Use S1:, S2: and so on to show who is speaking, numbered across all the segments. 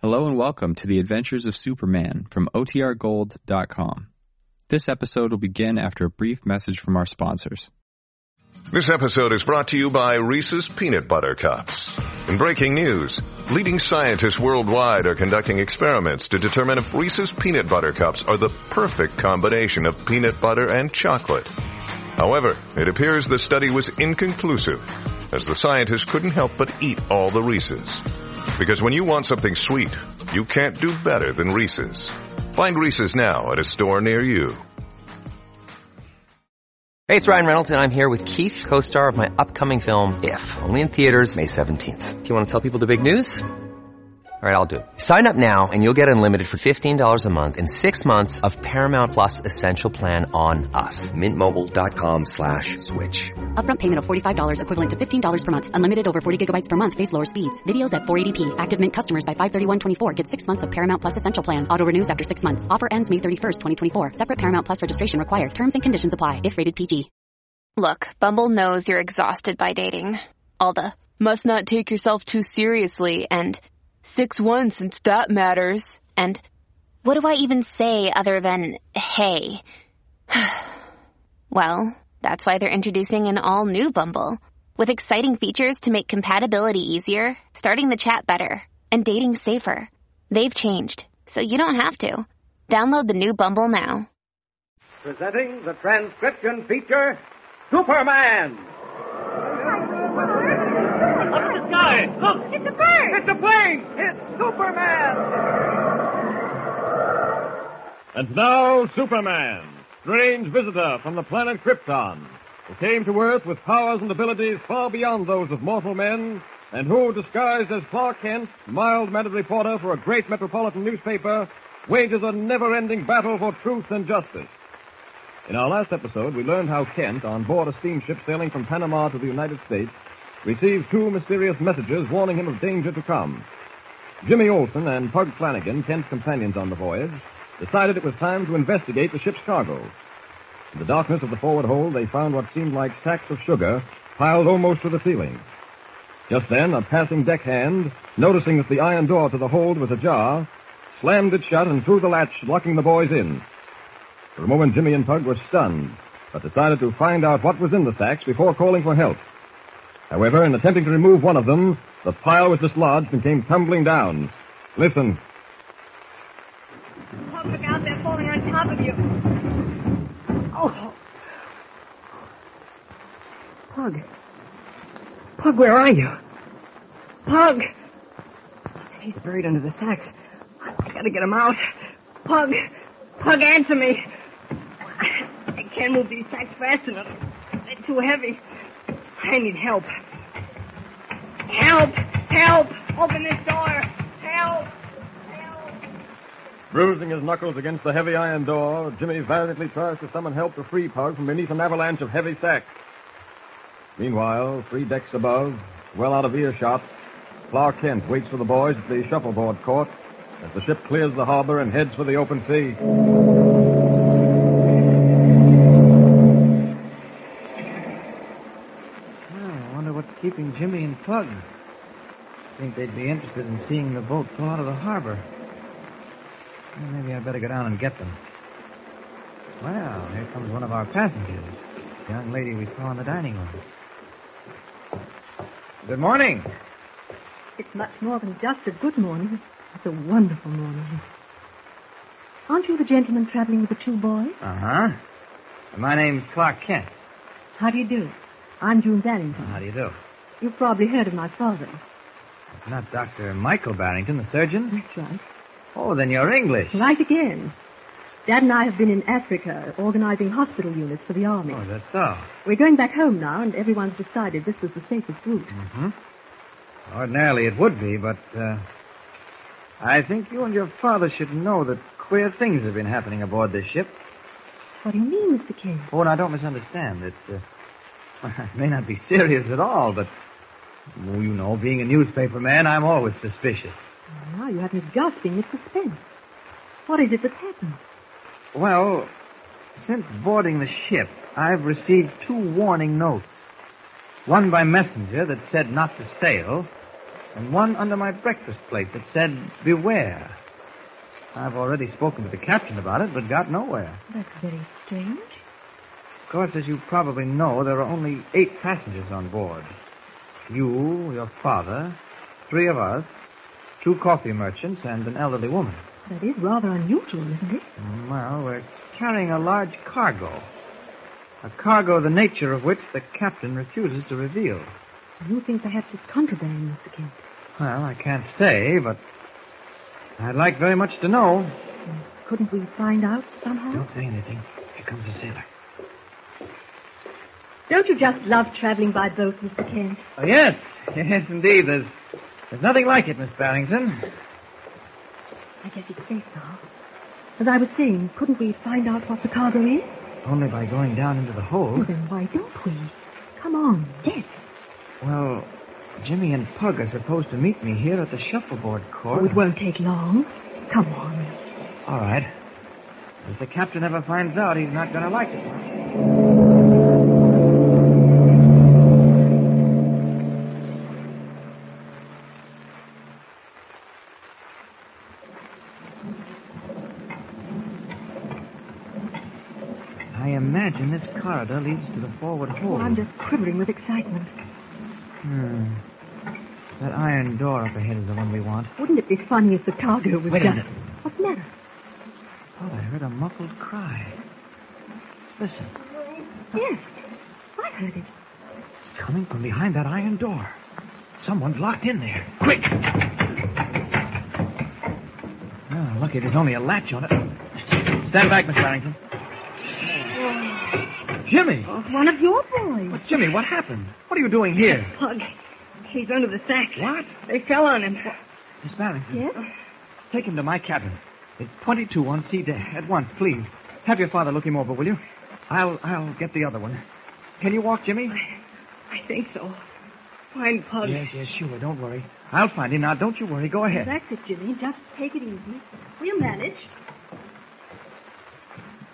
S1: Hello and welcome to the Adventures of Superman from OTRGold.com. This episode will begin after a brief message from our sponsors.
S2: This episode is brought to you by Reese's Peanut Butter Cups. In breaking news, leading scientists worldwide are conducting experiments to determine if Reese's Peanut Butter Cups are the perfect combination of peanut butter and chocolate. However, it appears the study was inconclusive, as the scientists couldn't help but eat all the Reese's. Because when you want something sweet, you can't do better than Reese's. Find Reese's now at a store near you.
S3: Hey, it's Ryan Reynolds, and I'm here with Keith, co-star of my upcoming film, If, only in theaters May 17th. Do you want to tell people the big news? All right, I'll do it. Sign up now and you'll get unlimited for $15 a month and six months of Paramount Plus Essential Plan on us.
S4: Mintmobile.com slash switch.
S5: Upfront payment of $45 equivalent to $15 per month. Unlimited over 40 gigabytes per month. Face lower speeds. Videos at 480p. Active Mint customers by 531.24 get six months of Paramount Plus Essential Plan. Auto renews after six months. Offer ends May 31st, 2024. Separate Paramount Plus registration required. Terms and conditions apply if rated PG.
S6: Look, Bumble knows you're exhausted by dating. All the must not take yourself too seriously and 6 1 since that matters. And what do I even say other than hey? well, that's why they're introducing an all new Bumble with exciting features to make compatibility easier, starting the chat better, and dating safer. They've changed, so you don't have to. Download the new Bumble now.
S7: Presenting the transcription feature Superman! Up in the sky! Look! It's a bird! It's a plane! It's Superman!
S8: And now, Superman, strange visitor from the planet Krypton, who came to Earth with powers and abilities far beyond those of mortal men, and who, disguised as Clark Kent, mild-mannered reporter for a great metropolitan newspaper, wages a never-ending battle for truth and justice. In our last episode, we learned how Kent, on board a steamship sailing from Panama to the United States, received two mysterious messages warning him of danger to come. Jimmy Olsen and Pug Flanagan, Kent's companions on the voyage, decided it was time to investigate the ship's cargo. In the darkness of the forward hold, they found what seemed like sacks of sugar piled almost to the ceiling. Just then, a passing deckhand, noticing that the iron door to the hold was ajar, slammed it shut and threw the latch, locking the boys in. For a moment, Jimmy and Pug were stunned, but decided to find out what was in the sacks before calling for help. However, in attempting to remove one of them, the pile was dislodged and came tumbling down. Listen,
S9: Oh, look out, they're falling on top of you. Oh. Pug. Pug, where are you? Pug! He's buried under the sacks. I gotta get him out. Pug! Pug, answer me! I can't move these sacks fast enough. They're too heavy. I need help. Help! Help! Open this door! Help! Help!
S8: Bruising his knuckles against the heavy iron door, Jimmy valiantly tries to summon help to free Pug from beneath an avalanche of heavy sacks. Meanwhile, three decks above, well out of earshot, Clark Kent waits for the boys at the shuffleboard court as the ship clears the harbor and heads for the open sea.
S10: I wonder what's keeping Jimmy and Pug. Think they'd be interested in seeing the boat pull out of the harbor. Well, maybe I'd better go down and get them. Well, here comes one of our passengers, the young lady we saw in the dining room. Good morning.
S9: It's much more than just a good morning. It's a wonderful morning. Aren't you the gentleman traveling with the two boys?
S10: Uh huh. My name's Clark Kent.
S9: How do you do? I'm June Barrington.
S10: How do you do?
S9: You've probably heard of my father.
S10: It's not Dr. Michael Barrington, the surgeon.
S9: That's right.
S10: Oh, then you're English.
S9: Right again. Dad and I have been in Africa organizing hospital units for the army.
S10: Oh, that's so.
S9: We're going back home now, and everyone's decided this was the safest route.
S10: Ordinarily it would be, but uh, I think you and your father should know that queer things have been happening aboard this ship.
S9: What do you mean, Mr. King?
S10: Oh, now don't misunderstand. It, uh, it may not be serious at all, but well, you know, being a newspaper man, I'm always suspicious.
S9: Now you have me gasping with suspense. What is it that's happened?
S10: Well, since boarding the ship, I've received two warning notes. One by messenger that said not to sail, and one under my breakfast plate that said, Beware. I've already spoken to the captain about it, but got nowhere.
S9: That's very strange.
S10: Of course, as you probably know, there are only eight passengers on board. You, your father, three of us, two coffee merchants, and an elderly woman.
S9: That is rather unusual, isn't it?
S10: Well, we're carrying a large cargo. A cargo the nature of which the captain refuses to reveal.
S9: You think perhaps it's contraband, Mr. Kent?
S10: Well, I can't say, but I'd like very much to know.
S9: Couldn't we find out somehow?
S10: Don't say anything. Here comes the sailor.
S9: Don't you just love traveling by boat, Mr. Kent?
S10: Oh, yes, yes, indeed. There's, there's nothing like it, Miss Barrington.
S9: I guess you'd say so. As I was saying, couldn't we find out what the cargo is?
S10: Only by going down into the hole.
S9: Well, then why don't we? Come on, yes.
S10: Well, Jimmy and Pug are supposed to meet me here at the shuffleboard court.
S9: Oh, it won't take long. Come on.
S10: All right. If the captain ever finds out, he's not going to like it. I imagine this corridor leads to the forward
S9: Oh,
S10: hall.
S9: I'm just quivering with excitement.
S10: Hmm. That iron door up ahead is the one we want.
S9: Wouldn't it be funny if the cargo was
S10: Wait a
S9: just...
S10: minute.
S9: What's the matter?
S10: Oh, I heard a muffled cry. Listen,
S9: Yes, I heard it.
S10: it's coming from behind that iron door. Someone's locked in there. Quick! Oh, lucky there's only a latch on it. Stand back, Miss Barrington. Jimmy!
S9: Oh, one of your boys.
S10: But Jimmy, what happened? What are you doing here?
S11: Pug. He's under the sack.
S10: What?
S11: They fell on him.
S10: Miss Barrington.
S9: Yes?
S10: Take him to my cabin. It's 22 on C deck. At once, please. Have your father look him over, will you? I'll I'll get the other one. Can you walk, Jimmy?
S11: I think so. Find Pug.
S10: Yes, yes, sure. Don't worry. I'll find him now. Don't you worry. Go ahead.
S9: That's it, Jimmy. Just take it easy. We'll manage.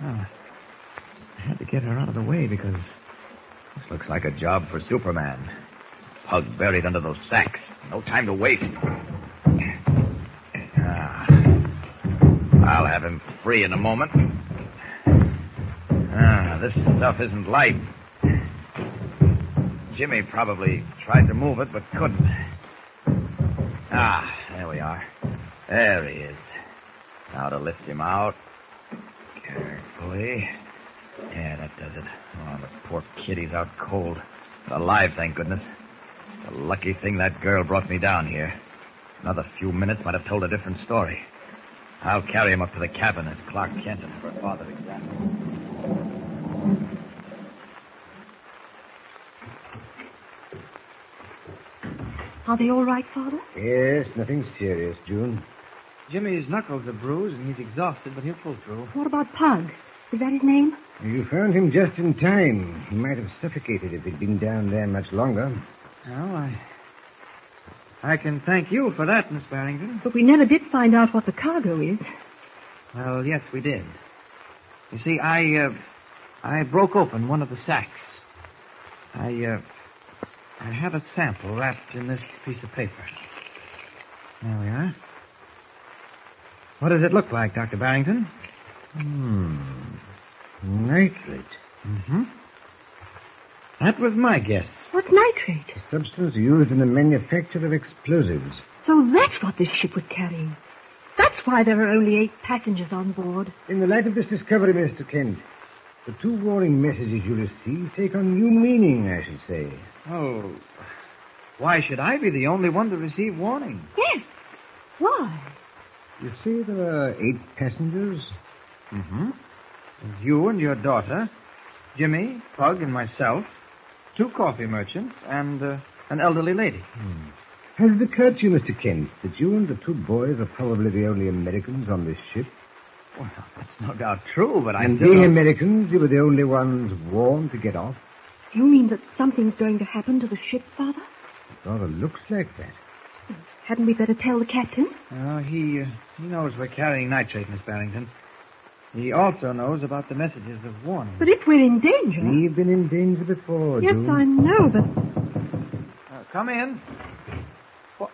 S10: Ah. I had to get her out of the way because
S12: This looks like a job for Superman. Pug buried under those sacks. No time to waste. Ah. I'll have him free in a moment. Ah, this stuff isn't light. Jimmy probably tried to move it, but couldn't. Ah, there we are. There he is. Now to lift him out. Carefully. Yeah, that does it. Oh, the poor kitty's out cold. But alive, thank goodness. The lucky thing that girl brought me down here. Another few minutes might have told a different story. I'll carry him up to the cabin as Clark Kent and her father examine. him.
S9: Are they all right, Father?
S3: Yes, nothing serious, June.
S10: Jimmy's knuckles are bruised and he's exhausted, but he'll pull through.
S9: What about Pug? Is that his name?
S3: You found him just in time. He might have suffocated if he'd been down there much longer.
S10: Well, I I can thank you for that, Miss Barrington.
S9: But we never did find out what the cargo is.
S10: Well, yes, we did. You see, I uh, I broke open one of the sacks. I uh, I have a sample wrapped in this piece of paper. There we are. What does it look like, Doctor Barrington?
S3: Hmm. Nitrate.
S10: Mm-hmm. That was my guess.
S9: What's nitrate?
S3: A substance used in the manufacture of explosives.
S9: So that's what this ship was carrying. That's why there are only eight passengers on board.
S3: In the light of this discovery, Mr. Kent, the two warning messages you received take on new meaning, I should say.
S10: Oh, why should I be the only one to receive warning?
S9: Yes. Why?
S3: You say there are eight passengers?
S10: Mm-hmm. You and your daughter, Jimmy, Pug, and myself, two coffee merchants, and uh, an elderly lady.
S3: Hmm. Has it occurred to you, Mr. Kent, that you and the two boys are probably the only Americans on this ship?
S10: Well, that's no doubt true, but I
S3: and
S10: still
S3: being
S10: don't-
S3: Americans, you were the only ones warned to get off?
S9: You mean that something's going to happen to the ship, Father?
S3: It rather looks like that.
S9: Hadn't we better tell the captain?
S10: Oh, he, uh, he knows we're carrying nitrate, Miss Barrington. He also knows about the messages of warning.
S9: But if we're in danger.
S3: We've been in danger before,
S9: yes,
S3: June.
S9: I know, but
S10: Uh, come in. What,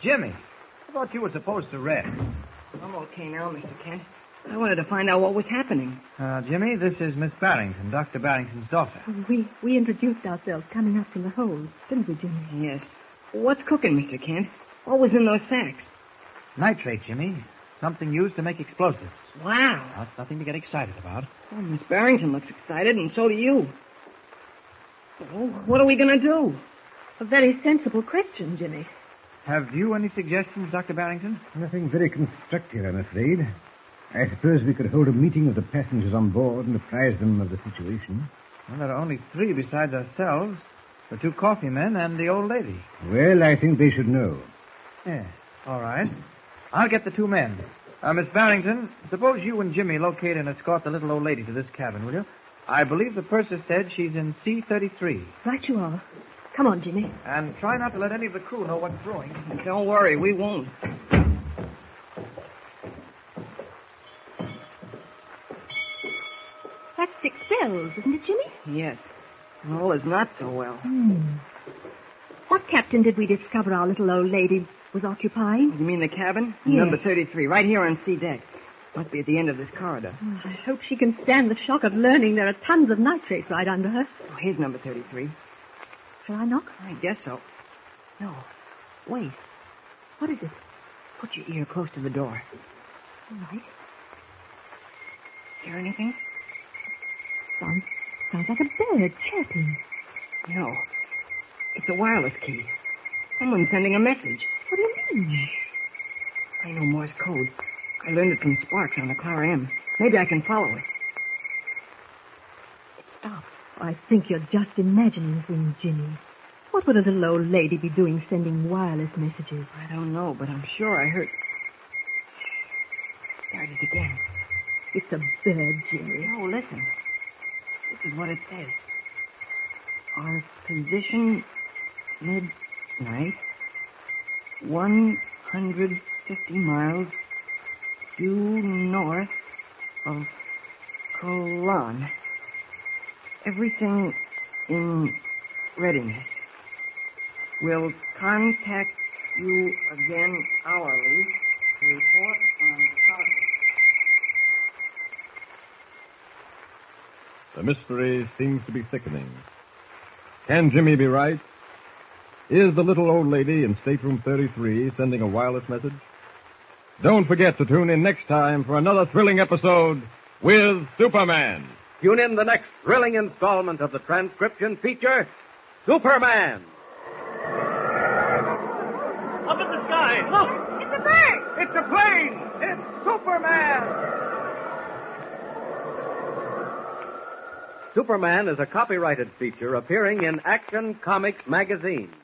S10: Jimmy, I thought you were supposed to rest.
S9: I'm okay now, Mr. Kent. I wanted to find out what was happening.
S10: Uh, Jimmy, this is Miss Barrington, Dr. Barrington's daughter.
S13: Oh, We we introduced ourselves coming up from the hole, didn't we, Jimmy?
S9: Yes. What's cooking, Mr. Kent? What was in those sacks?
S10: Nitrate, Jimmy. Something used to make explosives.
S9: Wow.
S10: Not, nothing to get excited about.
S9: Oh, Miss Barrington looks excited, and so do you. Oh, what are we going to do?
S13: A very sensible question, Jimmy.
S10: Have you any suggestions, Dr. Barrington?
S14: Nothing very constructive, I'm afraid. I suppose we could hold a meeting of the passengers on board and apprise them of the situation.
S10: Well, there are only three besides ourselves the two coffee men and the old lady.
S14: Well, I think they should know.
S10: Yeah, all right. I'll get the two men. Uh, Miss Barrington, suppose you and Jimmy locate and escort the little old lady to this cabin, will you? I believe the purser said she's in C-33.
S13: Right you are. Come on, Jimmy.
S10: And try not to let any of the crew know what's brewing.
S9: Don't worry, we won't.
S13: That's six bells, isn't it, Jimmy?
S9: Yes. All is not so well.
S13: Hmm. What captain did we discover our little old lady was occupying?
S9: You mean the cabin?
S13: Yes.
S9: Number 33, right here on C deck. Must be at the end of this corridor.
S13: Oh, I hope she can stand the shock of learning there are tons of nitrates right under her.
S9: Oh, here's number 33.
S13: Shall I knock?
S9: I guess so. No. Wait. What is it? Put your ear close to the door.
S13: All right.
S9: Hear anything?
S13: Sounds, sounds like a bird chirping.
S9: No. It's a wireless key. Someone's sending a message.
S13: What do you mean?
S9: I know Morse code. I learned it from Sparks on the Clara M. Maybe I can follow it.
S13: It stopped. Oh, I think you're just imagining things, Jimmy. What would a little old lady be doing sending wireless messages?
S9: I don't know, but I'm sure I heard. There it is again.
S13: It's a bird, Jimmy.
S9: No, listen. This is what it says. Our position midnight, 150 miles due north of Colon. Everything in readiness. We'll contact you again hourly to report on progress.
S8: The mystery seems to be thickening. Can Jimmy be right? Is the little old lady in stateroom 33 sending a wireless message? Don't forget to tune in next time for another thrilling episode with Superman.
S15: Tune in the next thrilling installment of the transcription feature, Superman.
S7: Up in the sky. Look! It's a bird! It's a plane! It's Superman!
S15: Superman is a copyrighted feature appearing in Action Comics magazine.